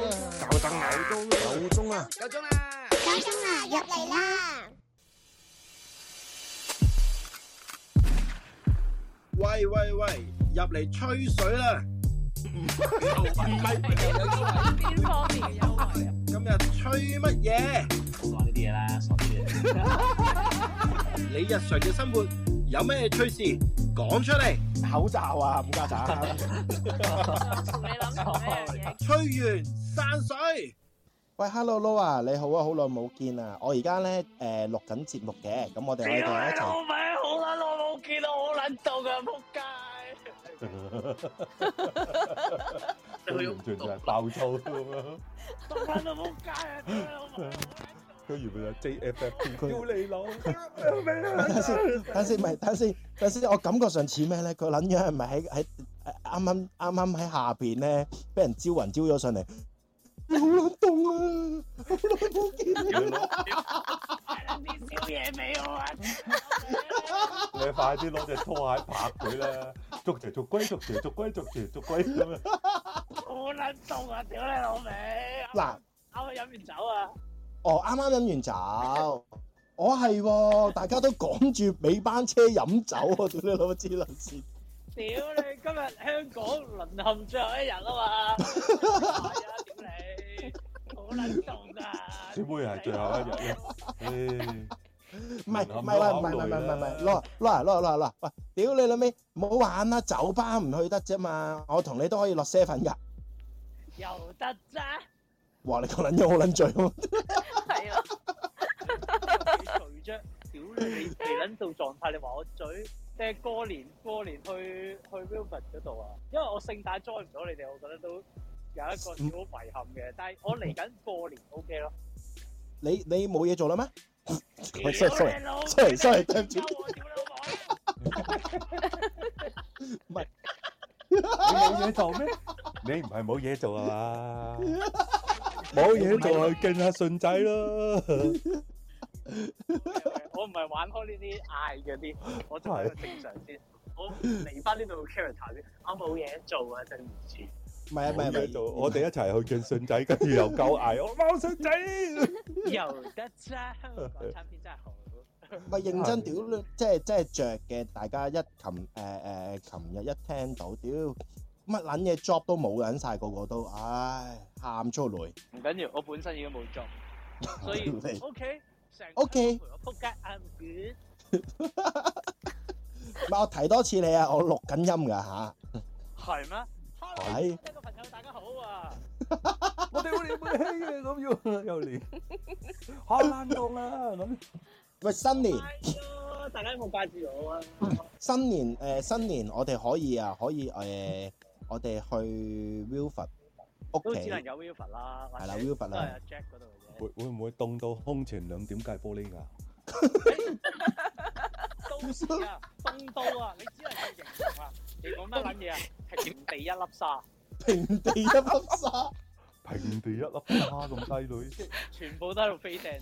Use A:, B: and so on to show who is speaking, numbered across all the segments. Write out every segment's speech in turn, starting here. A: 生啊！夠鐘啊！
B: 夠鐘啦！
C: 夠鐘啦，入嚟啦！
D: 喂喂喂，入嚟吹水啦！
A: 唔係，
E: 邊方面嘅優惠啊？
D: 今日吹乜嘢？
F: 唔好講呢啲嘢啦，傻啲嘢。
D: 你日常嘅生活有咩趣事講出嚟？
A: 口罩啊，冚家鏟！
E: 同你諗同一樣嘢，
D: 吹完散水。
A: 喂，Hello Lo 啊，你好啊，好耐冇見啊！我而家咧誒錄緊節目嘅，咁我哋可以大家一齊。
F: 味，好撚耐冇見到，好撚到嘅仆街。
G: 佢完全就係爆粗咁樣，
F: 凍撚到仆街啊！屌你老母
G: 佢原本就 JFFP，
A: 佢
G: 屌你老母，
A: 等先，等先，唔係，等先，等先，我感覺上似咩咧？佢撚樣係咪喺喺啱啱啱啱喺下邊咧，俾人招魂招咗上嚟？好撚凍啊！好耐冇見啊！
F: 啲宵夜俾我啊！
G: 你快啲攞隻拖鞋拍佢啦！捉條捉龜，捉條捉龜，捉條捉龜咁樣。
F: 好撚凍啊！屌你老味！
A: 嗱，
F: 啱啱飲完酒啊！
A: 哦，啱啱飲完酒，我係喎，大家都趕住尾班車飲酒啊！屌你老母知撚線！
F: 屌你！今日香港淪陷最後一日啊嘛！係啊！屌你！好撚凍啊！
G: 小妹係最後一日啦，唉，
A: 唔係唔係唔係唔係唔係唔係，攞攞嚟攞嚟攞嚟攞嚟！喂，屌你老味，唔好玩啦！酒吧唔去得啫嘛，我同你都可以落 seven 㗎。
F: 又得啫，
A: 哇！你個撚樣好撚醉喎！
E: 係咯，
F: 除啫，屌你你未撚到狀態，你話我嘴，即係過年過年去去 Wilford 嗰度啊，因為我聖誕 join 唔到你哋，我覺得都有一個小
A: 嗯
F: 遺憾嘅，但係我嚟緊過年 OK 咯。
A: 你你冇嘢做啦咩？
F: 屌
A: sorry
F: 你
A: sorry
F: 老母
A: sorry sorry，對唔住
F: 你，嬲我屌你老母！
A: 唔係
G: 你冇嘢做咩？你唔係冇嘢做啊嘛？冇嘢做去敬下順仔咯。
F: 我唔係玩開呢啲嗌嗰啲，我真係正常先。我嚟翻呢度 character 先，我冇嘢做啊，對唔住。
A: 唔係啊唔係
G: 冇
A: 唔係
G: 嘢做，我哋一齊去敬順仔，跟住又鳩嗌我貓順仔。
F: 又得啫，香港餐片真係好。
A: 唔係認真屌你，即係即係著嘅，大家一琴誒誒琴日一聽到屌乜撚嘢 job 都冇撚晒，個個都唉喊出嚟。
F: 唔緊要，我本身已經冇做，所以 OK，成
A: OK
F: 陪我撲街，I'm good。
A: 唔係我提多次你啊，我錄緊音㗎嚇，
F: 係咩？Hello，
A: 係
F: 一個朋友，大家好啊！
G: 我哋會會興嘅咁要又連好冷凍啦咁。
A: 喂新年
F: 哎呀，大家有冇掛住我啊？
A: 新年誒新年，我哋可以啊可以誒我哋去 Wilford
F: 都
A: 屋
F: 只
A: 企
F: 能有 Wilford 啦，
A: 係啦 Wilford 啦
F: 都係阿 Jack 嗰度嘅啫。
G: 會會唔會凍到空前兩點界玻璃㗎？
F: 都市啊，凍到啊，你只能去形容啊！你講乜撚嘢啊？平地一粒沙，
A: 平地一粒沙。
G: 平地一粒花咁低女，
F: 全部都喺度飛掟。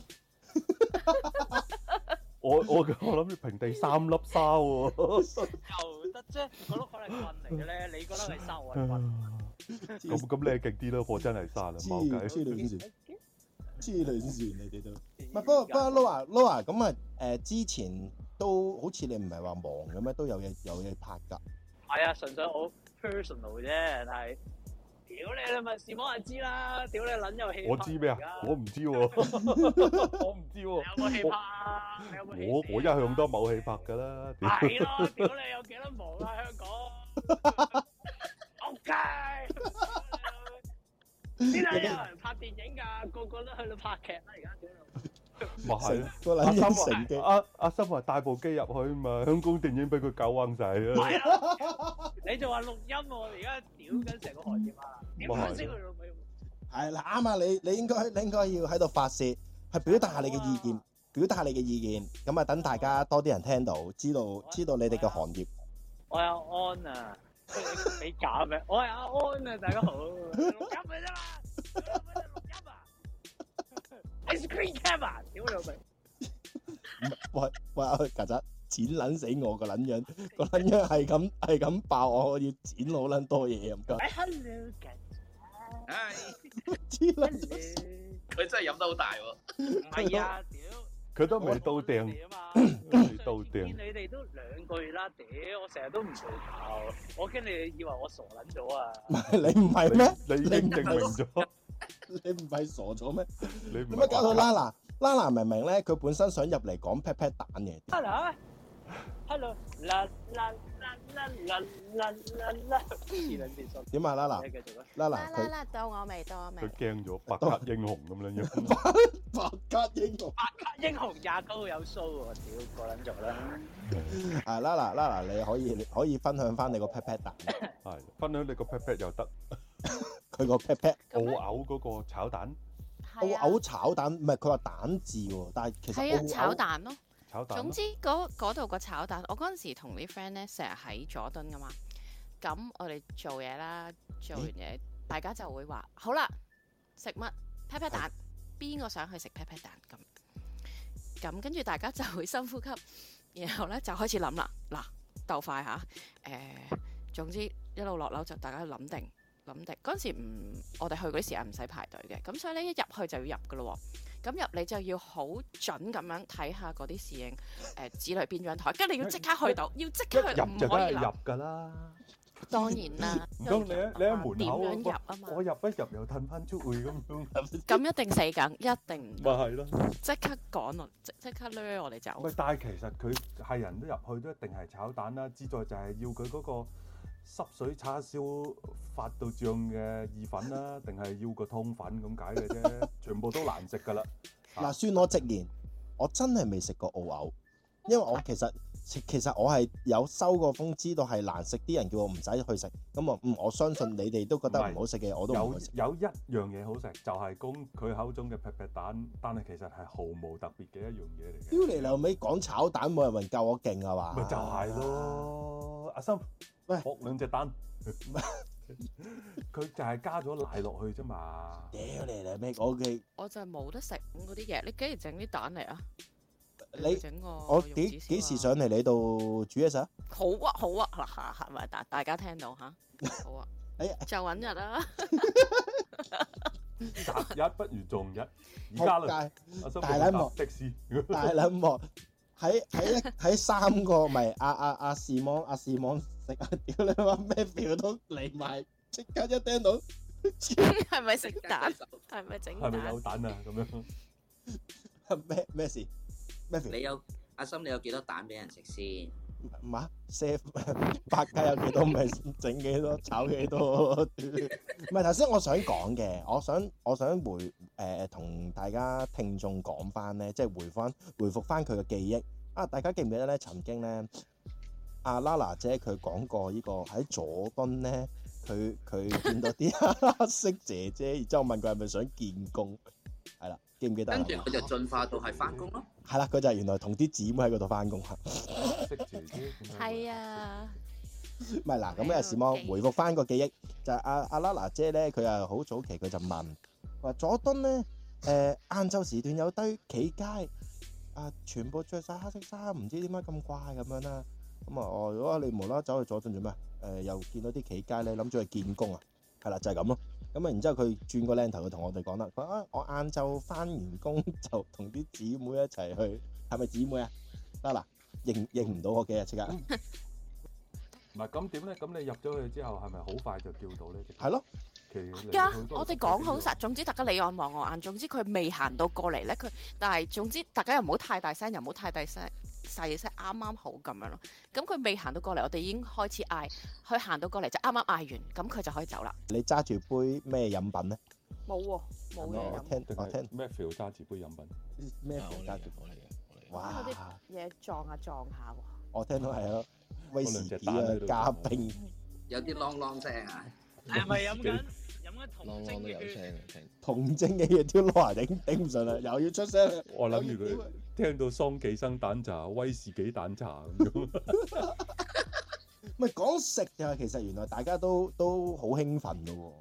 G: 我我我諗住平地三粒沙喎。
F: 又得啫，嗰碌可能係棍嚟嘅咧，你嗰粒係沙，我係棍。
G: 咁咁你係勁啲啦，我真係沙啦，冇
A: 黐
G: 計。
A: 撚線，黐撚線你哋都。唔
F: 唔
A: 係，不過不過 Laura Laura 咁啊，誒之前都好似你唔係話忙嘅咩，都有嘢有嘢拍㗎。
F: 係啊，純粹我 personal 啫，但係屌你，你咪事冇人知啦，屌你撚有氣。
G: 我知咩啊？我唔知喎，我唔知
F: 你
G: 喎。
F: 有冇氣拍啊？你有冇氣？
G: 我我一向都冇戲拍㗎啦。屌
F: 係咯，屌你有幾多忙啊？香港 ，OK，邊度有人拍電影㗎？個個都去到拍劇啦，而家屌你。
G: 咪哦係咯。
A: 個
G: 阿
A: 撚
G: 森
A: 應承
G: 話：
A: 嘅，
G: 阿阿森話帶部機入去嘛，香港電影俾佢搞彎晒 啊！
F: 係啊，你就話錄音喎，而家屌緊成個行業啊！屌
G: 咪係
F: 先佢老味。
A: 係啦啱啊！你你應該你應該要喺度發泄，去表達下你嘅意見，表達下你嘅意見，咁啊等大家多啲人聽到，知道知道你哋嘅行業。
F: 我有安啊，你假 咩？我係阿安啊，大家好。錄音咪啫嘛，錄音啊！Ice cream cam 啊，屌你老 味！
A: 喂喂，曱甴剪撚死我個撚樣，個撚樣係咁係咁爆我，我要剪好撚多嘢啊！唔該。
F: 哎，hello 曱
B: 唉，
A: 黐撚線
F: 唔
B: 佢真係飲得好大喎。
F: 係啊，屌！
G: 佢都未到訂，
F: 啊嘛，
G: 未到訂
F: 啊見。你哋都兩個月啦，屌！我成日都唔做頭，我驚你哋以為我傻撚咗啊！
A: 你唔係咩？
G: 你已經證明咗，
A: 你唔係傻咗咩？
G: 你唔
A: 點解
G: 係
A: 搞到拉娜？拉娜明明咧，佢本身想入嚟講 pat pat 蛋嘅，
F: Hello，hello，啦啦啦啦啦啦啦 啦，黐撚線信，
A: 點啊？拉娜，
F: 你繼續啦。
A: 拉娜
H: 啦啦
A: 佢
H: 啦，到我未，到我未
G: 佢。驚咗白卡英雄咁樣樣。
A: 白卡英雄
F: 英雄廿九號有 show 喎，屌個撚做啦！
A: 啊！拉娜，拉娜，你可以你可以分享翻你個 pat pat 蛋，
G: 係分享你個 pat pat 又得，
A: 佢個 pat pat
G: 澳
H: 咁咧
G: 牛嗰個炒蛋
H: 係
A: 澳
H: 啊
A: 牛炒蛋，唔係佢話蛋字喎，但係其實
H: 係啊，
A: 澳
H: 炒
A: 牛
H: 蛋咯。
G: 炒蛋
H: 總。之嗰嗰度個炒蛋，我嗰陣時同啲 friend 咧成日喺佐敦噶嘛，咁我哋做嘢啦，做完嘢大家就會話：好啦，食乜 pat pat 蛋？邊個想去食 pat pat 蛋咁？咁跟住大家就會深呼吸，然後咧就開始諗啦，嗱，鬥快吓，誒、總之一路落樓就大家諗定諗定。嗰陣時唔，我哋去嗰啲時間唔使排隊嘅，咁所以咧一入去就要入噶咯喎。咁入你就要好準咁樣睇下嗰啲侍應誒指類邊張台，跟住你要即刻去到，要即
G: 一
H: 刻去，
G: 入
H: 唔
G: 就
H: 可
G: 得
H: 以
G: 入
H: 諗。
G: 㗎啦，
H: 當 然啦，
G: 唔通你喺你喺門
H: 點
G: 口
H: 樣入啊嘛
G: 我？入一入又褪翻出去咁樣，
H: 咁一定死梗，一定唔
G: 咪係咯。
H: 即刻趕我，即即刻掠我哋走。
G: 喂，但係其實佢係人都入去都一定係炒蛋啦，之在就係要佢嗰個濕水叉燒發到醬嘅意粉啦，定係要個湯粉咁解嘅啫，全部都難食㗎啦。
A: 嗱，算我直言，我真係未食過澳牛，因為我其實其實我係有收過風，知道係難食，啲人叫我唔使去食，咁我嗯我相信你哋都覺得唔好食嘅，我都唔
G: 有
A: 會食。
G: 有一樣嘢好食，就係公佢口中嘅劈劈蛋，但係其實係毫無特別嘅一樣嘢嚟嘅。
A: 屌你老尾講炒蛋冇人夠我勁啊嘛！
G: 咪就係。咯，阿森，
A: 喂
G: 剝兩隻蛋， 佢就係加咗奶落去啫嘛。
A: 屌你老尾，我嘅
H: 我就係冇得食咁嗰啲嘢，你幾時整啲蛋嚟啊？
A: 你
H: 整個
A: 我
H: 玉
A: 幾
H: 子燒啊
A: 幾時上嚟你度煮嘢食啊？
H: 好啊好啊嗱嚇嚇咪大大家聽到嚇，好啊
A: 哎呀，
H: 就揾日啦，
G: 擇日不如撞日，而家
A: 仆
G: 啦，
A: 街
G: 阿森
A: 大冷幕
G: 搭的士，
A: 大冷幕喺喺喺三個咪阿阿阿士芒阿士芒食啊！屌你媽咩料都嚟埋，即刻一聽到。
H: 係咪食蛋？係咪整
G: 係咪有
H: 蛋？
G: 蛋啊？咁樣
A: 咩咩事？咩事？
B: 你有阿心，你有幾多蛋俾人食先？
A: 唔啊，chef 百佳有幾多咪整幾多，炒幾多。唔係頭先我想講嘅，我想我想回誒同、大家聽眾講翻咧，即係回翻回覆翻佢嘅記憶啊！大家記唔記得咧？曾經咧，阿 Lala 姐佢講過呢、個喺佐敦咧，佢佢見到啲 黑色姐姐，然之後問佢係咪想見工，係啦，記唔記得啊
B: 跟？住佢就進化到係翻工咯。
A: 係啦，佢就係原來同啲姊妹喺嗰度翻工嚇。
G: 識姐姐點解會
H: 係，啊，
A: 唔係嗱，咁咧，史摩回覆翻個記憶，就係阿阿拉娜姐咧，佢又好早期佢就問話佐敦咧，誒晏晝時段有堆企街啊，全部着晒黑色衫，唔知點解咁怪咁樣啦。咁啊，我如果你無啦啦走去佐敦做咩？誒、又見到啲企街咧，諗住去見工啊，係啦，就係咁咯。咁啊，然之後佢轉個靚頭，佢同我哋講啦，佢話啊，我晏晝翻完工就同啲姊妹一齊去，係咪姊妹啊？拉娜認認唔到我嘅即刻，
G: 唔係咁點咧？咁你入咗去之後係咪好快就叫到咧？
A: 係咯。
G: 其實嚟
H: 家
G: 到去都係
H: 我哋講好
G: 食
H: 實，總之大家你眼望我眼，總之佢未行到過嚟咧，佢但係總之大家又唔好太大聲，又唔好太大聲。細聲啱啱好咁樣咯，咁佢未行到過嚟，我哋已經開始嗌，佢行到過嚟就啱啱嗌完，咁佢就可以走啦。
A: 你揸住杯咩飲品咧？
H: 冇喎，
I: 啊
H: 冇嘢
A: 我
H: 飲，
A: 聽
G: 定
A: 我
G: 哦係
A: 聽
G: Matthew 揸住杯飲品，
A: 咩
I: 啊我
A: 房
I: 嚟
A: 揸
I: 嘅
A: 住？
I: 我嚟嘅，我嚟
H: 因
I: 嘅。
H: 為啲
A: 哇！
H: 嘢撞下撞下喎。
A: 我聽到係咯，威士忌嘅
G: 嗰兩隻蛋
A: 加
G: 喺度
A: 冰，
B: 有啲啷啷聲啊！
F: 係咪飲緊飲緊童
I: 啷啷
F: 精
I: 哦都有
F: 嘅血？
I: 聲嘅，聽。
A: 童精嘅嘢都攞嚟頂頂唔順啦，啊 又要出聲啦。
G: 我諗
A: 又
G: 住
A: 要屌
G: 佢
A: 啊
G: 聽到桑寄生蛋茶、威士忌蛋茶咁樣，
A: 唔係講食就係其實原來大家都都好興奮嘅喎，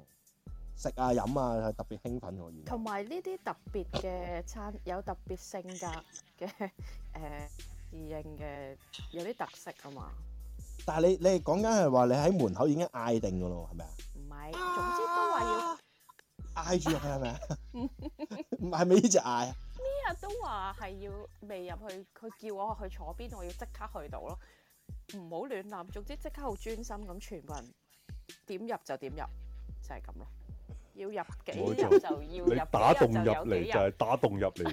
A: 食啊飲啊係特別興奮喎原來。
H: 同埋呢啲特別嘅餐有特別性 格嘅誒侍應嘅有啲特色啊嘛，
A: 但 係你你係講緊係話你喺門口已經嗌定嘅咯，係咪啊？
H: 唔係，總之都話要
A: 嗌住入去係咪啊？ 唔係咪呢只嗌啊？
E: 日都話係要未入去，佢叫我去坐邊，我要即刻去到咯。唔好亂諗，總之即刻好專心咁，全部人點入就點入，就係咁咯。要入幾
G: 冇錯
E: 入就要入，
G: 你打
E: 幾
G: 洞
E: 入
G: 入
E: 就有
G: 嚟
E: 幾
G: 就
E: 入。
G: 係打洞入嚟，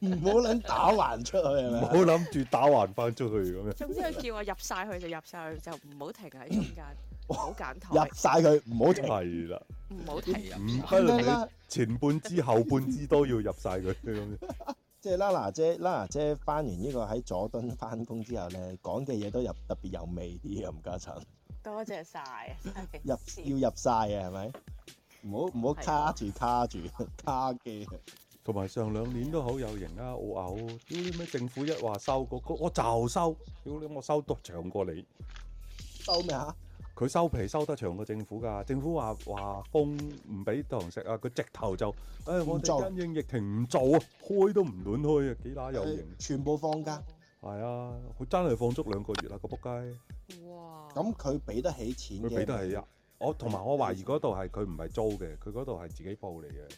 A: 唔好撚打橫出去係
G: 唔
A: 咪
G: 好
A: 啊？
G: 諗住打橫翻出去咁樣。
H: 總之佢叫我入晒去就入晒去，就唔好停喺中間，唔好揀
A: 入
H: 台，
A: 晒佢，唔好停。
G: 係啦，
H: 唔好停。
G: 唔不
A: 咁
G: 論
A: 樣
G: 你
A: 啦，
G: 前半支後半支都要入晒佢咁樣。
A: 即係 Lana 姐，Lana 姐翻完呢個喺佐敦翻工之後咧，講嘅嘢都入特別有味啲啊，吳家陳
E: 多謝 晒，係
A: 入要入晒嘅係咪？唔好唔好
H: 係
A: 卡住卡住 卡機。啊
G: 同埋上兩年都好有型啊！澳牛，屌你咩政府一話收嗰個，我就收，屌你我收得長過你，
A: 收咩啊？
G: 佢收皮收得長過政府㗎。政府話話封唔俾堂食啊，佢直頭就，誒、我
A: 唔做
G: 哋因應疫情唔做啊，開都唔亂開啊，幾乸有型。
A: 全部放假，
G: 係啊，佢真係放足兩個月啦，個仆街，
H: 哇！
A: 咁佢俾得起錢嘅，
G: 佢俾得起啊！我同埋我懷疑嗰度係佢唔係租嘅，佢嗰度係自己鋪嚟嘅，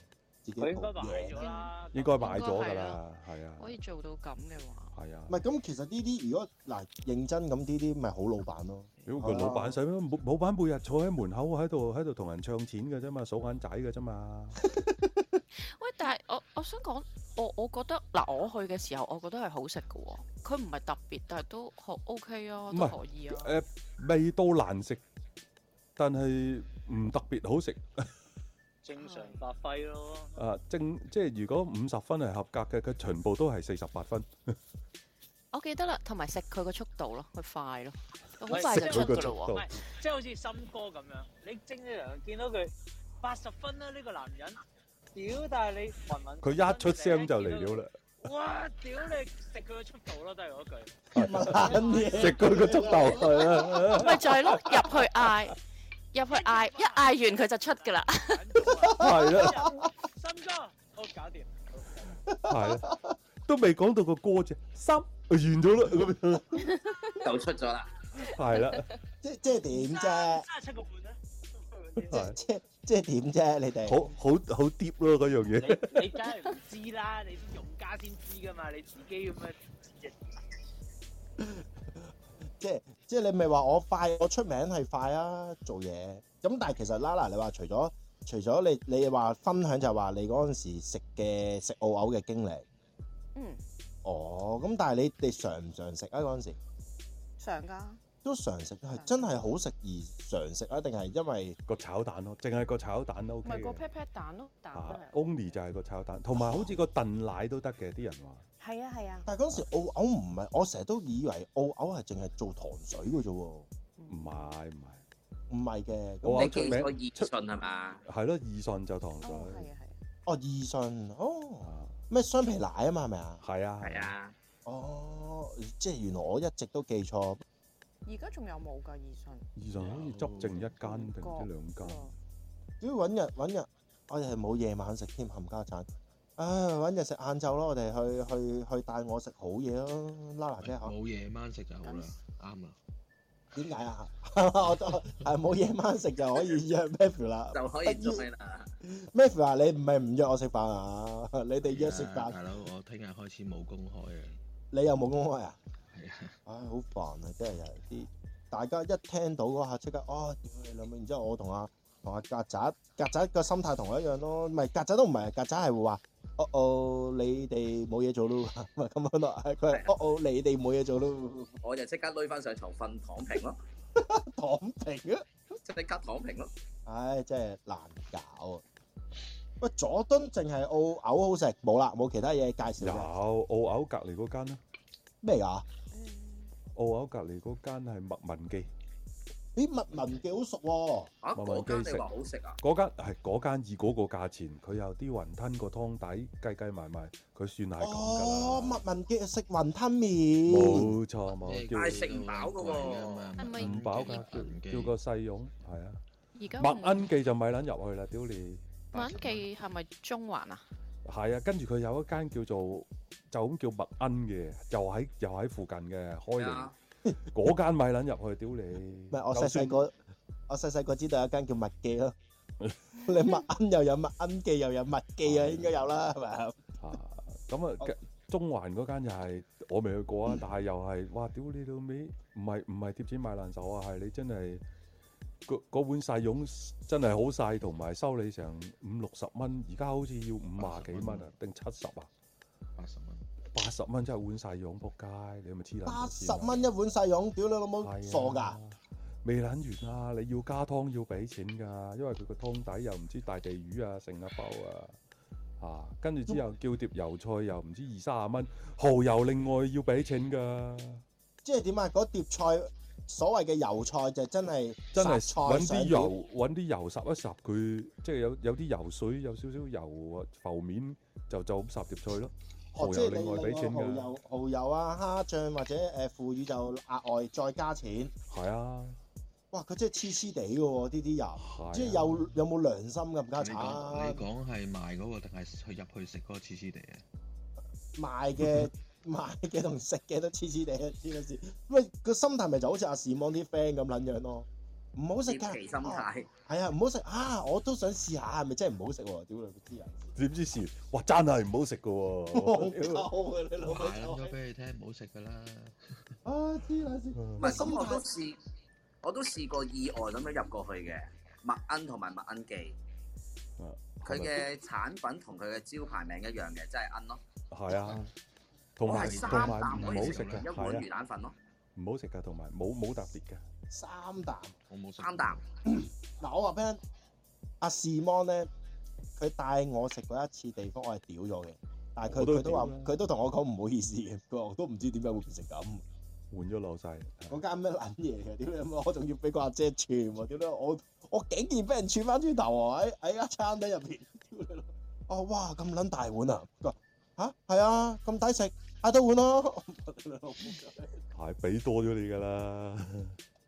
A: 自己
F: 佢應該
A: 報
F: 買
A: 嘢。
F: 咗啦，
G: 應該買咗㗎啦，係啊，
H: 可以做到咁嘅話，
G: 係啊
A: 唔。係咁，其實呢啲如果嗱認真咁，呢啲咪好老闆 咯。
G: 屌個老闆使咩？冇老闆每日坐喺門口喺度喺度同人唱錢嘅啫嘛，數眼仔嘅啫嘛。
H: 喂，但係我我想講，我我覺得嗱，我去嘅時候，我覺得係好食嘅喎。佢唔係特別，但係都可 OK 啊，
G: 唔
H: 都
G: 係
H: 可以啊。
G: 誒、味道難食，但係唔特別好食。
F: 正常發揮咯。
G: 啊，正即係如果五十分係合格嘅，佢全部都係四十八分。
H: 我記得啦，同埋食佢個速度咯，佢快咯，好
F: 喂
H: 快就
G: 佢
H: 出
G: 個
H: 噶
G: 速
H: 咯
G: 度
F: 係即係好似森哥咁樣，你正正常常見到佢八十分啦，呢個男人，屌！但係你文文，
G: 佢一出聲就嚟了啦。
F: 哇！屌你食佢個速度咯，都係嗰句。
G: 食佢個速度係啊！
H: 喎，咪就係咯，入去嗌，入去嗌，一嗌完佢就出噶啦。
G: 係啦，
F: 啊森哥，好搞掂。
G: 係啦，都未講到個歌字，三完咗啦咁樣，
B: 就出咗啦。
G: 係啦，
A: 即即係點啫？
F: 三十七個半啊 啦。
G: 係
A: 即即係點啫？你哋
G: 好好好 deep 咯嗰樣嘢。
F: 你你梗係唔知啦，你啲用家先知噶嘛，你自己咁樣。
A: 即係即係你咪話我快，我出名係快啊，做嘢。咁但係其實啦啦，你話除咗除咗你你話分享就係話你嗰陣時食嘅食澳牛嘅經歷，
H: 嗯，
A: 哦，咁但係你哋常唔常食啊嗰陣時？
H: 上噶，
A: 都常食，係真係好食而常食啊？定係因為
G: 個炒蛋咯，淨係個炒蛋都 OK
H: 咪個
G: 嘅
H: pat pat 蛋咯，蛋
G: 啊
H: 都
G: ，only 就係個炒蛋，同埋好似個燉奶都得嘅，啲人話。
H: 係。係啊係啊，
A: 但係嗰陣時澳牛唔係，我成日都以為澳牛係淨係做糖水嘅啫喎，唔
G: 唔係唔
A: 係
G: 係，
A: 嘅。咁
G: 我話
B: 你記
G: 出名
B: 咗義信係嘛？
G: 係咯，義順就糖
H: 哦係
G: 水
H: 啊係啊，
A: 哦，義順哦，
G: 啊，
A: 咩雙皮奶啊嘛，係咪啊？
G: 係啊
B: 係，啊，
A: 哦，即係原來我一直都記錯。
H: 而家仲有冇㗎義信？
G: 義順好似執剩一間定唔知兩間，
A: 屌揾日揾日，我哋係冇夜晚食添，冚家產。唉，揾日食晏晝咯，我哋去去去帶我食好嘢咯，拉拿姐嚇。
I: 冇夜晚食就好啦，啱啦。
A: 點解啊？ 我都係冇夜晚食就可以約 Matthew 啦。
B: 就可以做咩啦？
A: Matthew 啊，你唔係唔約我食飯啊？ 你哋約食
I: 係啊
A: 飯，
I: 大佬，我聽日開始冇公開啊。
A: 你又冇公開啊？
I: 係啊，
A: 唉，好煩啊！真係有啲大家一聽到嗰下即刻哦，屌你老味！然之後我同阿同阿曱甴，曱甴個心態同我一樣咯，唔係曱甴都唔係，曱甴係會話：哦哦，你哋冇嘢做咯， 咪咁樣咯。佢係哦哦，你哋冇嘢做咯，
B: 我就即刻攏翻上床瞓躺 平咯，
A: 躺平啊！
B: 即刻躺平咯。
A: 唉，真係難搞啊！喂，佐敦淨係澳牛好食，冇啦，冇其他嘢介紹
G: 有
A: 嘅
G: 澳牛隔離嗰間啦，
A: 咩啊㗎？
G: 澳牛隔離嗰間係麥文記，
A: 咦，麥文幾好熟喎！
B: 啊，
G: 慢慢
B: 嗰
G: 機
B: 間
G: 食
B: 你話好食啊？
G: 嗰間係嗰間以嗰個價錢，佢有啲雲吞個湯底計計埋埋，佢算係咁
A: 哦，
G: 㗎啦。
A: 麥文傑食雲吞麵，
G: 冇錯冇，
B: 係
G: 叫
B: 食唔飽㗎喎
I: 係
G: 唔飽㗎，叫叫個細勇係啊。
H: 而家
G: 麥恩記就咪撚入去啦，屌你！
H: 麥恩記係咪中環啊？
G: 係啊，跟住佢有一間叫做就咁叫麥恩嘅，又喺又喺附近嘅開
B: 係
G: 嚟
B: 啊，
G: 嗰間咪撚入去，屌你！
A: 唔 係我細細個，我細細個知道有一間叫麥記咯。你麥恩又有麥恩記，又有麥記啊，應該有啦，係咪啊？
G: 啊，咁
I: 哦
G: 啊，嘅中環嗰間就係我未去過
I: 嗯
G: 啊，但係又係哇，屌你老味，唔係唔係貼錢買爛手啊，係你真係嗰嗰碗細蓉真係好細，同埋收你成五六十蚊，而家好似要五啊幾蚊啊，定七十啊，
I: 八十蚊。
G: 八十蚊真係碗細蓉，仆街，你係咪黐撚線啊
A: 八十蚊一碗細蓉，屌你老母
G: 係啊
A: 傻㗎！
G: 未撚完啊！你要加湯要俾錢㗎，因為佢個湯底又唔知大地魚啊、成啊包啊，啊跟住之後叫碟油菜又唔知二三十蚊，蠔油另外要俾錢㗎，
A: 即係點啊？嗰碟菜所謂嘅油菜就真係
G: 真係
A: 雜菜哦
G: 揾啲
A: 上碟，
G: 油揾啲油霎一霎佢，即係有有啲油水有少少油啊浮面就就咁霎碟菜咯，
A: 哦，
G: 蠔
A: 即係
G: 油
A: 你
G: 另外俾
A: 另
G: 錢
A: 外蠔
G: 㗎，
A: 油、蠔油啊、蝦醬或者誒腐乳就額外再加錢。
G: 係啊，
A: 哇！佢真係黐黐地嘅喎，呢啲油，
G: 係啊
A: 即係有有冇良心咁家
I: 你講你
A: 產
I: 講係賣嗰個定係去入去食嗰個黐黐地啊？
A: 賣嘅賣嘅同食嘅都黐黐地，黐撚線。喂，個心態咪就好似阿士芒啲 friend 咁撚樣咯，唔好食
B: 獵
A: 㗎，
B: 奇心
A: 啊
B: 態，
A: 係啊，唔好食啊！我都想試下，係咪真係唔好食喎？屌你黐人線，
G: 點知是哇真係唔好食 㗎
A: 戇
G: 喎，
A: 鳩啊！你老
I: 話撚咗
A: 母
I: 俾你聽，唔好食㗎啦。
A: 啊！黐撚線，
B: 唔係
A: 心
B: 咁我都
A: 態
B: 試，我都試過意外咁樣入過去嘅麥恩同埋麥恩記
G: 啊。
B: 佢嘅產品同佢嘅招牌名一樣嘅，即係恩咯。
G: 係啊，同
B: 我
G: 埋
B: 係
G: 同
B: 三
G: 埋
B: 啖
G: 唔
B: 可
G: 好
B: 以
G: 食
B: 食完
G: 㗎，
B: 一
G: 係
B: 碗
G: 啊
B: 魚。蛋粉咯，
G: 唔好食噶，同埋冇冇特別嘅。
A: 三啖。
I: 我冇食。
B: 三啖。
A: 嗱，我話俾你聽，阿士芒咧，佢帶我食過一次地方，我係屌咗嘅。但係
G: 我
A: 佢
G: 都
A: 佢都話
G: 屌啦，
A: 佢都同我講唔好意思嘅，佢話我都唔知點解會變成咁。
G: 換咗老細，
A: 嗰間咩撚嘢嘅？屌你媽！我仲要俾個阿姐串喎！屌你我我竟然俾人串翻轉頭喎！喺喺間餐廳入邊，屌你老！哦哇咁撚大碗啊！佢話吓係啊咁抵食，嗌多碗咯。 屌你老母
G: 係俾多咗你噶啦。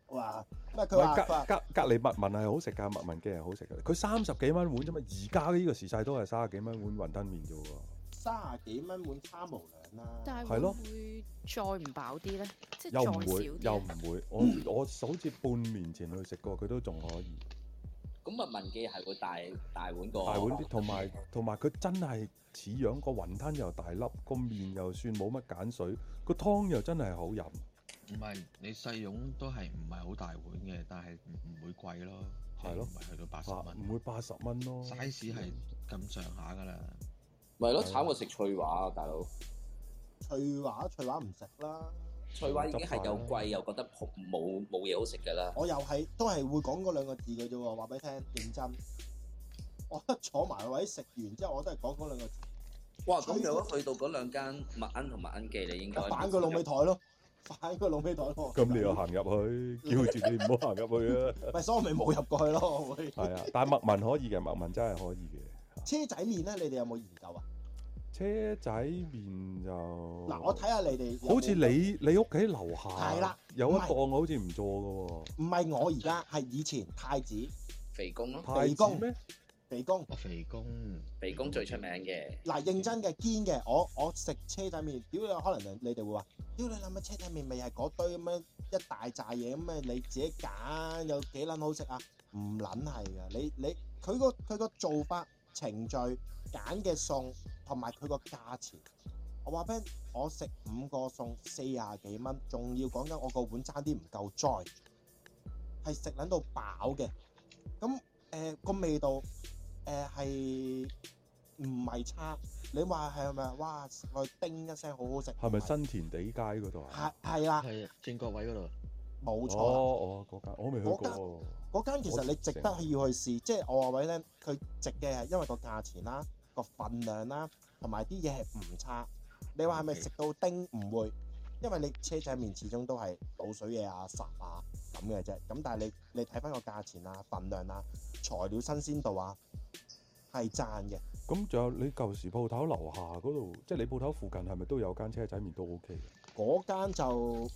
A: 哇！咩佢話佢
G: 隔
A: 話
G: 隔隔離麥文係好食㗎，麥文記係好食㗎。佢三十幾蚊碗啫嘛，而家呢個時勢都係三十幾蚊碗雲吞麵啫喎，
A: 三十幾蚊碗三無兩啦。
H: 但係
G: 係咯
H: 會唔會再唔飽啲咧？即係
G: 又
H: 再
G: 唔
H: 少
G: 會
H: 啲啊
G: 又
H: 呢
G: 唔會。我我好似半年前去食過，佢都仲可以。
B: 咁麥文記係會大大碗個
G: 大碗啲，同埋同埋佢真係似樣，個雲吞又大粒，個面又算冇乜鹼水，個湯又真係好飲。
I: 唔係你細蓉都係唔係好大碗嘅，但係唔唔會貴咯。即
G: 係咯
I: 唔係去到八十
G: 啊
I: 蚊
G: 唔會八十蚊咯。
I: ，size 係咁上下㗎啦。
B: 咪
G: 咯慘過
B: 食翠華啊，大佬！
A: 翠華翠華唔食啦。
B: 翠華已經係又貴又覺得冇冇嘢好食㗎啦。
A: 我又係都係會講嗰兩個字嘅啫喎，話俾你聽，認真。我覺得坐埋位食完之後，我都係講嗰兩個字，
B: 哇！咁如果去到嗰兩間麥恩同埋恩記，你應
G: 啊
B: 該
A: 反佢老尾台咯，反佢老尾台咯。
G: 咁你又行入去，叫住你唔好行入去啊！
A: 咪所以我咪冇入過去咯。會
G: 係 啊，但係麥文可以嘅，麥文真係可以嘅。
A: 車仔面咧，你哋有冇研究啊？
G: 車仔面就
A: 嗱，我睇下你哋有冇。
G: 哦好似你你屋企樓下
A: 係啦
G: 有一
A: 唔係
G: 檔好似唔錯
A: 唔係我而家係以前太子
B: 肥公咯
G: 嘅，喎，太
A: 地公
G: 子咩？
A: 地公
I: 我肥公，
B: 肥公最出名嘅。
A: 嗱，認真嘅堅嘅，我我食車仔面，屌你可能你哋會話，屌你諗下車仔面咪係嗰堆咁樣一大扎嘢咁啊，你自己揀有幾撚好食啊？唔撚係噶，你你佢個佢個做法程序揀嘅餸同埋佢個價錢，我話俾你聽我食五個餸四廿幾蚊，仲要講緊我個碗爭啲唔夠載，係食撚到飽嘅。咁誒個味道誒係唔係差？你話係咪？哇！食落去叮一聲好好食，
G: 係咪新田地街嗰度啊？
A: 係係啦，
I: 係正角位嗰度。
A: 冇錯啦。
G: 哦哦，嗰間我未去過喎。
A: 嗰間其實你值得要去試，即係我話位咧，佢值嘅係因為個價錢啦、個份量啦，同埋啲嘢係唔差。你話係咪食到丁唔會？因為你車仔面始終都係滷水嘢啊、霎啊咁嘅啫。咁但係你你睇翻個價錢啊、份量啊、材料新鮮度啊，係讚嘅。
G: 咁仲有你舊時鋪頭樓下嗰度，即係你鋪頭附近係咪都有間車仔面都 OK 嘅？
A: 嗰間就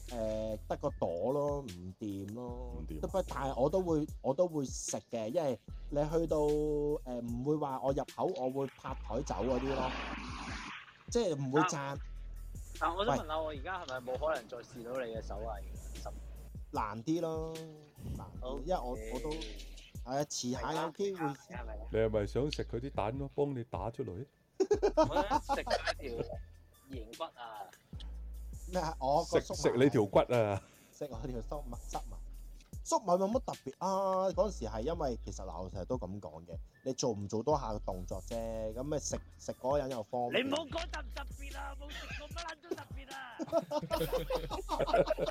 A: 誒得、個朵咯，唔掂咯
G: 唔掂。啊
A: 不過但係我都會我都會食嘅，因為你去到誒呃唔、會話我入口，我會拍台走嗰啲咯，即係
F: 啊
A: 唔會讚
F: 但我想問下，我而家係咪冇可能再試到你嘅手藝？
A: 難啲咯。難啲，因為我我都係係啊，遲下有機會。
F: 係咪啊？
G: 你係咪想食佢啲蛋咯？幫你打出嚟，
F: 我想食佢條鹽骨啊！
A: 咩啊？我
G: 食食你條骨啊！
A: 食我條粟米塞埋。粟米有冇乜特別啊？嗰陣時係因為其實嗱，我成日都咁講嘅，你做唔做多下個動作啫，咁咪食食嗰個人又方
F: 你
A: 便。
F: 唔
A: 啊
F: 好講特唔特別啊，冇食過乜撚都特別啊！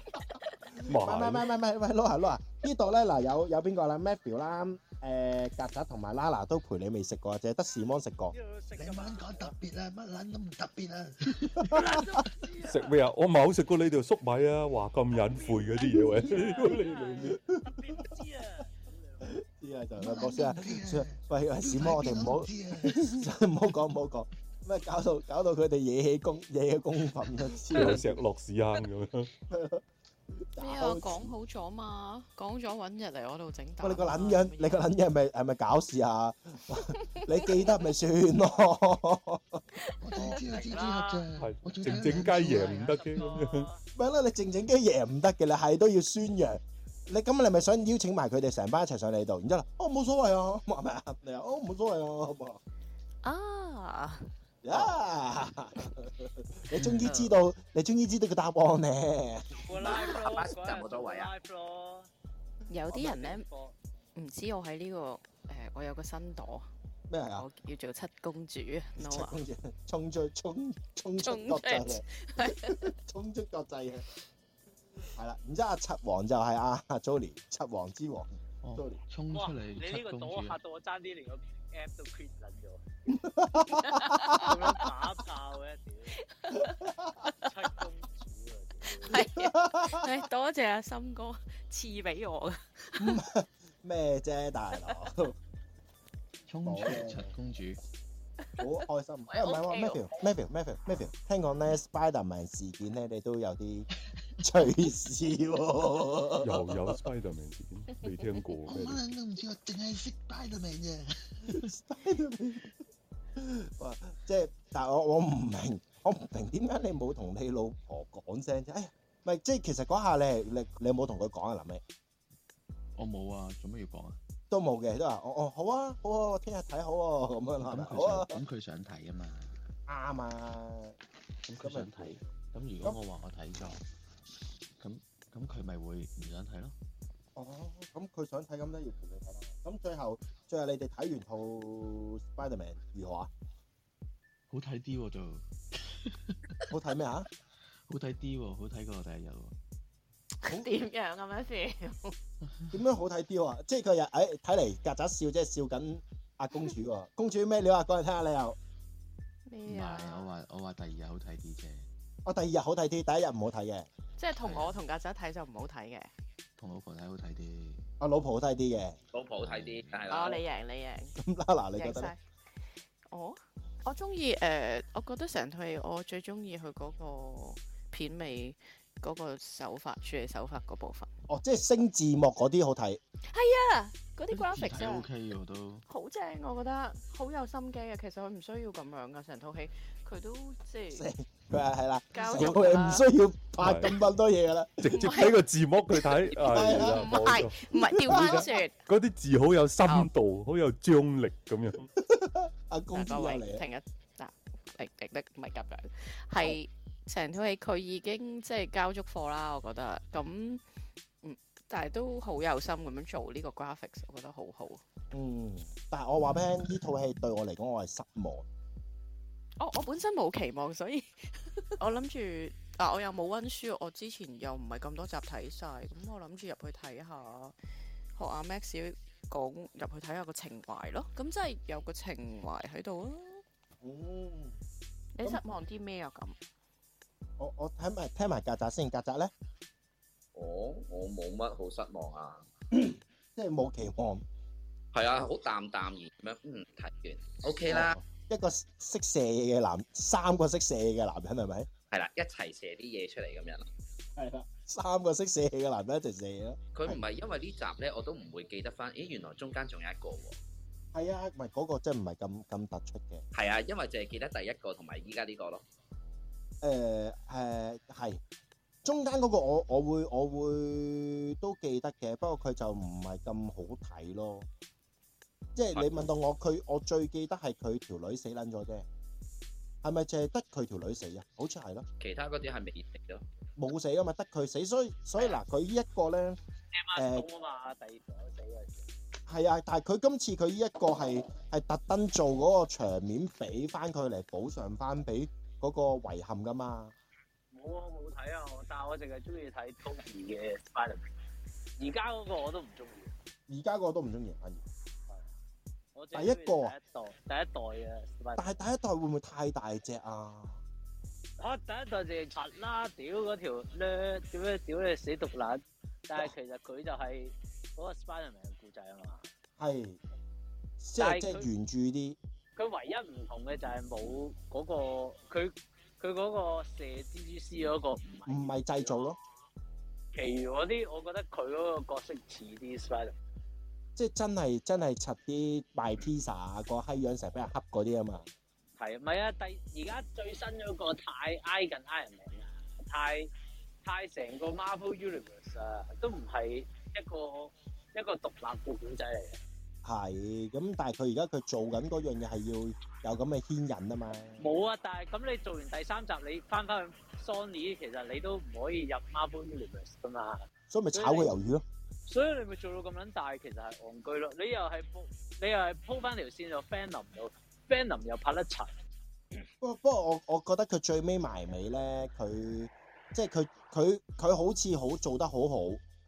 A: 唔係唔係唔係唔係唔係
G: 麻煩
A: 喂，Laura Laura，呢度咧嗱有有邊個啦？Matthew 啦，誒曱甴同埋 Lala 都陪你未食過，淨係得士芒食過。
F: 呢度食
I: 你
F: 㗎
I: 唔
F: 嘛
I: 撚，講特別啊，乜撚都唔特別啊！
G: 食咩啊？我唔係好食過你條粟米啊！哇，咁隱晦嗰啲 嘢喂，
F: 特別唔知啊！
A: 知啊，就
I: 乜
A: 係
I: 撚
A: 講
I: 都唔
A: 先啊。
I: 知啊
A: 喂喂，士芒，我哋唔好
I: 邊個都知啊
A: 唔好講唔好講，咩搞到搞到佢哋惹起公惹起公憤啊！
G: 你
A: 黐
G: 有石落屎坑咁樣。
H: 咩啊？講好咗嘛，講咗揾日嚟我度整蛋
A: 喂，
H: 啊。
A: 你個撚樣，你個
H: 咁樣
A: 撚樣係咪係咪搞事啊？你記得咪算咯。
I: 啊我淨係知道蜘蛛
G: 係
I: 俠啫，我最
G: 靜靜雞贏唔得嘅咁樣。
F: 咁
A: 咪啦，你靜靜雞贏唔得嘅，你係都要宣揚。你咁你咪想邀請埋佢哋成班一齊上你度，然之後哦冇所謂啊，係咪啊？你話哦冇所謂啊， 咁啊
H: 啊，
A: 呀，啊你終於知 道，你終於知道個答案咧。
F: 個 live
B: 阿
F: 咯
B: 巴，士
F: 嗰
B: 站
F: 日
B: 冇得位啊
F: 做個 live 咯，
H: 有啲人咧
F: 播
H: 唔知我喺呢個誒，我有個新朵，
A: 咩係啊？
H: 我叫做七公主啊
A: 七
H: Noah。
A: 公主衝出衝啊衝出
H: 衝
A: 國際
H: 出
A: 嘅， 衝出國際嘅，係啦。然之後阿七王就係阿阿 Jolie，七王之王
I: 哦
A: Jolie。
I: 衝出
F: 哇！
I: 嚟
F: 你呢
I: 七
F: 個
I: 公
F: 朵
I: 主
F: 嚇
I: 啊，
F: 到我爭啲連個 app 都 quit 撚 咗，咁樣打爆嘅屌！七公 主啊！
H: 係啊多謝阿森哥賜俾我嘅。
A: 咩啫，大佬，
I: 衝出嚟七公主，
A: 好開心。哎喂，唔係喎
H: OK 喎
A: ，Matthew，Matthew，Matthew，Matthew，聽講咧 Spiderman 事件咧，你都有啲趣事喎。
G: 又有 Spiderman 事件，未聽過
I: 我
G: 咩
I: 乜
G: 嚟？
I: 啊撚都唔知，我淨係識 Spiderman 啫。
A: 哇！即係，但係我我唔明，我唔明點解你冇同你老婆講聲啫？哎呀，唔係，即係其實嗰下你係你你有冇同佢講啊？臨尾
I: 我冇啊，做乜要講啊？
A: 都冇嘅，都話哦哦好啊好啊，我聽日睇好啊咁樣啦，係咪
I: 咁
A: 好啊
I: 佢想，咁佢想睇啊嘛，
A: 啱啊！
I: 咁佢想睇，咁如果我話我睇咗，咁咁佢咪會唔想睇咯？
A: 哦，咁佢想睇咁都要陪佢睇啦。咁最後最後你哋睇完套 Spiderman 如何啊？
I: 好睇啲喎就。
A: 好睇咩啊？
I: 好睇啲喎，好睇過我第一日喎。
H: 點樣啊咁樣先？
A: 點樣好睇啲啊？即係佢又誒睇嚟曱甴笑，即係笑緊阿公主喎。公主咩料啊？講嚟聽下你又。
I: 唔
H: 咩
I: 係，我
H: 啊？
I: 話我話第二日好睇啲啫，
A: 我哦第二日好睇啲，第一日唔好睇嘅。
H: 即係同我同曱甴睇就唔好睇嘅。
I: 同老婆睇好睇啲。
A: 我老婆好睇啲嘅。
B: 老婆好睇啲，係啊啦
H: 哦，。你贏，你贏。
A: 咁 Lala 你覺
H: 贏
A: 得咧？
H: 晒我我中意誒，我覺得成套戲我最中意佢嗰個片尾嗰個手法處理手法嗰部分
A: 哦，即係升字幕嗰啲好睇。
H: 啊，嗰啲 graphics
I: 睇
H: 啊
I: OK 嘅我都，
H: 好正，我覺得好有心機啊。其實佢唔需要咁樣噶，成套戲佢都即係
A: 佢話係啦，
H: 交
A: 佢
H: 流㗎
A: 唔
H: 啦。
A: 需要拍咁咁多嘢噶啦。
G: 直接睇個字幕佢睇，係啦，
H: 唔
G: 冇
H: 係
G: 錯
H: 唔係調翻轉，
G: 嗰啲字好有深度，好有張力咁樣。
A: 阿公
H: 嗱
A: 主
H: 各
A: 又
H: 位
A: 嚟啦。
H: 停一嗱，力力力唔係咁樣，係成套戲佢已經即係交足貨啦，我覺得咁嗯，但係都好有心咁樣做呢個 graphics，我覺得好好。
A: 嗯，但係我話俾你聽，呢套戲對我嚟講，我係失望。
H: 我我本身冇期望，所以 我諗住啊，我又冇温書，我之前又唔係咁多集睇晒，咁我諗住入去睇下，學阿 Max 講入去睇下個情懷咯。咁真係有個情懷喺度啊！
A: 嗯，
H: 你失望啲咩啊？咁
A: 我我睇埋聽埋曱甴先，曱甴咧
B: 我哦我冇乜好失望啊，
A: 即係冇期望。
B: 係啊，好淡淡然咁樣，嗯，睇完 OK 啦，
G: 哦
A: 一個識射嘢嘅男，三個識射嘢嘅男人係咪？
B: 係啦，一齊射啲嘢出嚟咁樣啦。
A: 係啦，三個識射嘢嘅男人一齊射嘢咯。
B: 佢唔係因為呢集咧，我都唔會記得翻，咦，原來中間仲有一個喎。
A: 係啊，唔係嗰個真係唔係咁咁突出嘅。
B: 係啊，因為淨係記得第一個同埋依家呢個咯。
A: 誒誒係，中間嗰個我我會我會都記記得嘅，不過佢就唔係咁好睇咯。即係
I: 係
A: 你問到我，佢我最記得係佢條女死撚咗啫，係咪淨係得佢條女死啊？好似係咯，
J: 其他嗰啲係未食咯。
A: 冇死啊嘛，得佢死，所以所以嗱，佢呢一個咧。
F: 阿東啊嘛，第二條死嗰陣時
A: 係啊，但係佢今次佢呢一個係係特登做嗰個場面俾翻佢嚟補償翻俾嗰個遺憾噶嘛。
F: 冇啊，冇睇啊，我但係我淨係中意睇 Toby 嘅 Spiderman，而家嗰個我都唔中意，
A: 而家個都唔中意反而，
F: 我淨係中意
A: 第一個啊
F: 第一代第一代啊嘅 Spiderman，
A: 但係第一代會唔會太大隻啊？
F: 嚇第一代淨係柒啦，屌嗰條咧，屌你屌你死毒撚，但係其實佢就係嗰個 Spiderman 嘅故仔啊嘛，
A: 係，即
F: 但
A: 係
F: 係
A: 即係
F: 佢
A: 原著啲，
F: 佢唯一唔同嘅就係冇嗰個佢佢嗰個射蜘蛛絲嗰個唔係
A: 唔係製造咯，
F: 其餘嗰啲，我覺得佢嗰個角色似啲 Spider，
A: 即係真係真係柒啲賣 pizza 啊個閪樣成日俾人恰嗰啲啊嘛。
F: 係唔係啊？第而家最新嗰個太挨近 Iron Man 啊，太太成個 Marvel Universe 啊，都唔係一個一個獨立嘅古仔嚟嘅。
A: 係，咁但係佢而家佢做緊嗰樣嘢係要有咁嘅牽引啊嘛。
F: 冇啊，但係咁你做完第三集，你翻翻去 Sony，其實你都唔可以入 Marvel Universe 噶嘛。
A: 所以咪炒佢魷魚咯。
F: 所以你咪做到咁撚大，其實係戇居咯。你又係鋪，你又係鋪翻條線就 Phantom 度，Phantom 又拍得齊。
A: 不不過我我覺得佢最尾埋尾咧，佢即係佢佢佢好似好做得好好，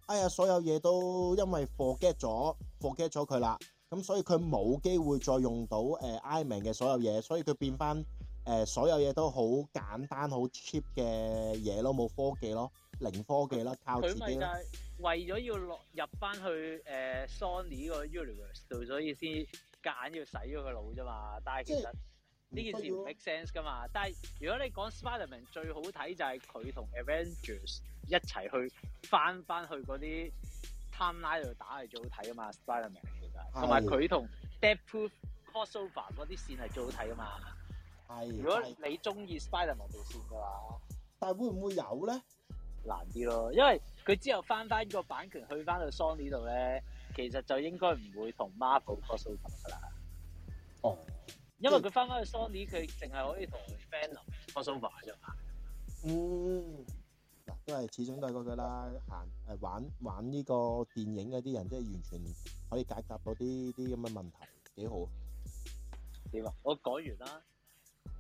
A: 哎呀所有嘢都因為 forget 咗 forget 咗佢啦，咁所以佢冇機會再用到誒、呃 Iron Man 嘅所有嘢，所以佢變翻誒、呃所有嘢都好簡單好 cheap 嘅嘢咯，冇科技咯，零科技啦，靠自
F: 佢咪
A: 己
F: 就
A: 啦，
F: 係為咗要落入翻去誒、呃 Sony 個 universe 度，所以先夾硬要洗咗個腦啫嘛。但係其
A: 即係
F: 實呢件事
A: 唔需要
F: 唔
A: 咯
F: make sense 噶嘛。但係如果你講 Spiderman 最好睇就係佢同 Avengers 一齊去翻翻去嗰啲 timeline 度打係最好睇噶嘛。Spiderman 其實
A: 係
F: 同埋佢同 Deadpool crossover 嗰啲線係最好睇噶嘛。
A: 係。
F: 如果
A: 但係
F: 你中意 Spiderman 條線嘅話，
A: 但係會唔會有咧？
F: 難啲咯，因為佢之後翻翻個版權去翻到 Sony 度咧，其實就應該唔會同 Marvel crossover 噶啦。
A: 哦，
F: 因為佢翻翻去 Sony，佢淨係可以同 Venom crossover 啫嘛。
A: 嗯，嗱，都係始終都係嗰句啦，行誒玩玩呢個電影嗰啲人，即係完全可以解答到啲啲咁嘅問題，幾好。唔
F: 點啊？我講完啦，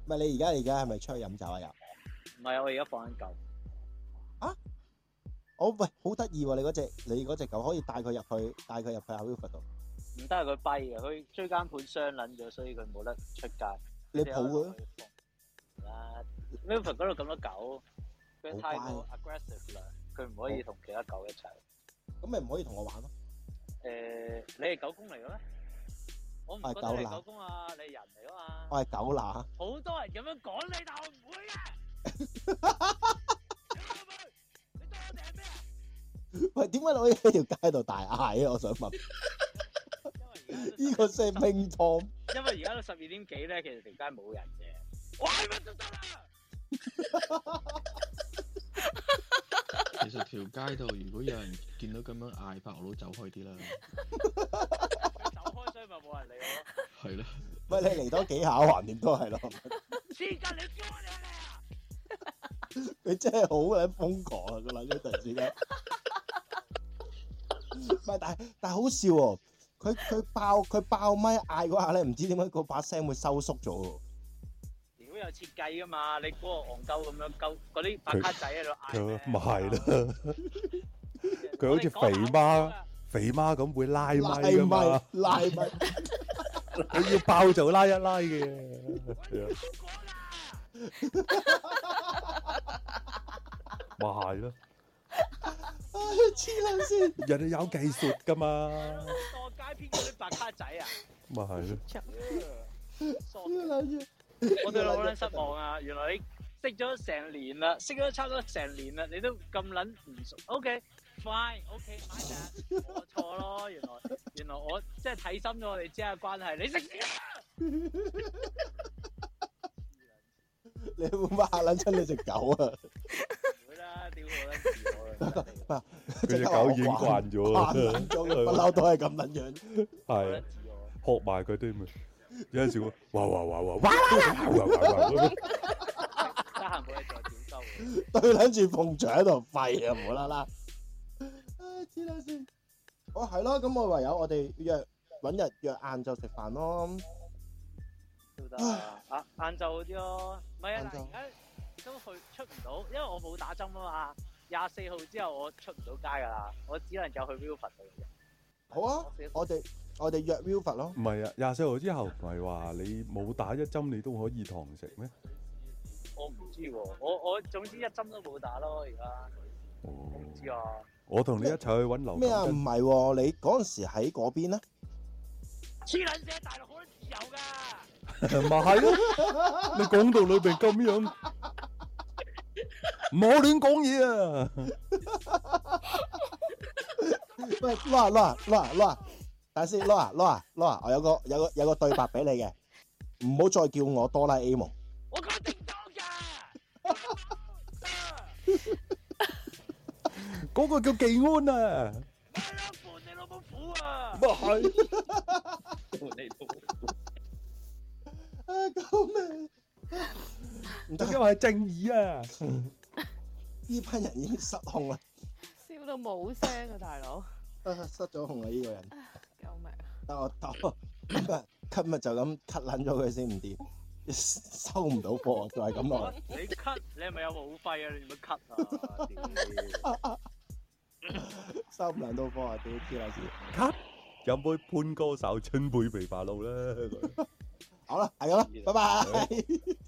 A: 係你而家而家係咪出去飲酒啊？又
F: 唔係啊，我而家放緊狗。
A: 哦，喂，好得意喎！你嗰只你嗰只狗可以帶佢入去，帶佢入去阿 Wilfred 度，
F: 唔得係啊佢跛嘅，佢椎間盤傷撚咗，所以佢冇得出街。
A: 你抱佢咯。
F: 啦 m i l f o r d 嗰度咁多狗，佢太
A: 好
F: 過 aggressive 啦，佢唔可以同其他狗一齊。
A: 咁咪唔可以同我玩咯？
F: 誒、你係狗公嚟嘅咩？我唔
A: 我係
F: 覺得你係
A: 狗乸
F: 狗公啊，你係人嚟啊嘛。
A: 我係狗乸，
F: 好多人咁樣講你，但我唔會嘅。你當我哋係咩啊？
A: 喂，點解你可以喺條街度大嗌啊？我想問，
F: 因為而家
A: 呢個聲冰湯，
F: 因為而家都十二點幾咧，其實條街冇人嘅。我係乜都得啦。
I: 其實條街度如果有人見到咁樣嗌法，我都走開 啲啦。
F: 佢走開，所以咪冇人理我咯。
I: 係啦，
A: 喂，你嚟多幾下橫掂都係咯。
F: 黐筋，你叫我哋嚟啊！
A: 佢真係好撚瘋狂啊！個撚樣突然之間，唔係但係但係好笑喎、佢佢爆佢爆咪嗌嗰下咧，唔知點解個把聲會收縮咗喎。
F: 屌有設計噶嘛？你嗰個戇鳩咁樣鳩嗰啲白卡仔喺度嗌咩
G: 佢咪係咯，佢好似
F: 我哋講
G: 肥媽
F: 下好啊
G: 肥媽咁會
A: 拉
G: 拉咪
A: 咪
G: 噶嘛，
A: 拉咪，
G: 佢要爆就拉一拉嘅。係啊咪係咯，
A: 唉哎黐撚線！
G: 人哋有技術噶嘛，
F: 當街邊嗰啲白卡仔啊！
G: 咪係咯。
F: 傻
A: 呢個撚樣
F: 我對你好撚失望啊！ 原來你識咗成年啦，識咗差唔多成年啦，你都咁撚唔熟。OK，fine，OK，my bad，我錯咯。原來原來我即係睇深咗我哋之間嘅關係。你識屎啊
A: 你會唔會嚇撚親你只狗啊？
F: 唔會啦，屌我撚事我啦！
A: 即
G: 佢隻
A: 刻
G: 狗
A: 話
G: 已經
A: 我慣
G: 慣
F: 哦
G: 咗啊，
A: 慣咗嘅，不嬲都係咁撚樣。
G: 係啊，學埋佢啲咪。有陣時會哇哇哇哇哇哇哇哇哇哇咁
F: 得
G: 樣
F: 閒冇嘢做點收嘅。
A: 對撚住碰牆喺度吠啊，無啦啦。啊，黐撚線！哦，係咯，咁我唯有我哋約揾日約晏晝食飯咯。
F: 都得啊，啊晏晝啲咯，唔係啊，
A: 晏晝
F: 嗱而家都去出唔到，因為我冇打針啊嘛。廿四號之後我出唔到街㗎啦，我只能夠去 Wilford 度嘅。
A: 好啊，我哋我哋約 Wilford 咯。
G: 唔係啊，廿四號之後唔係話你冇打一針你都可以堂食咩？
F: 我唔知喎，我我總之一針都冇打咯，而家
G: 哦，
F: 唔知啊。
G: 我同你一齊去揾劉
A: 咩啊？唔
G: 錦
A: 係喎，你嗰陣時喺嗰邊咧？
F: 黐撚線，大陸好多自由㗎。
G: 根，咪係咯？你講到裏邊咁樣，唔好亂講嘢啊！
A: 喂，Laura，Laura，Laura，Laura，等先，Laura，Laura，Laura，我有個有個有個對白俾你嘅，唔好再叫我哆啦 A 夢。
F: 我講叮當㗎，
G: 嗰個叫技安啊，
F: 大佬伴你老母苦啊！
G: 咪係。
A: 啊，救命！唔得，
G: 因為係正義啊！
A: 呢班人已經失控啦，
H: 笑到冇聲啊，大佬，
A: 啊失咗控啦呢個人。
H: 救命！
A: 得我得我今日今日就咁 cut 撚咗佢先唔掂，收唔到貨就係咁咯。
F: 你咳，你係咪有冇肺啊？你點樣咳啊？屌
A: 收唔撚到貨啊！屌黐撚線。
G: 飲杯潘高手，春杯琵琶露啦。
A: 好啦，係咁啦，拜拜。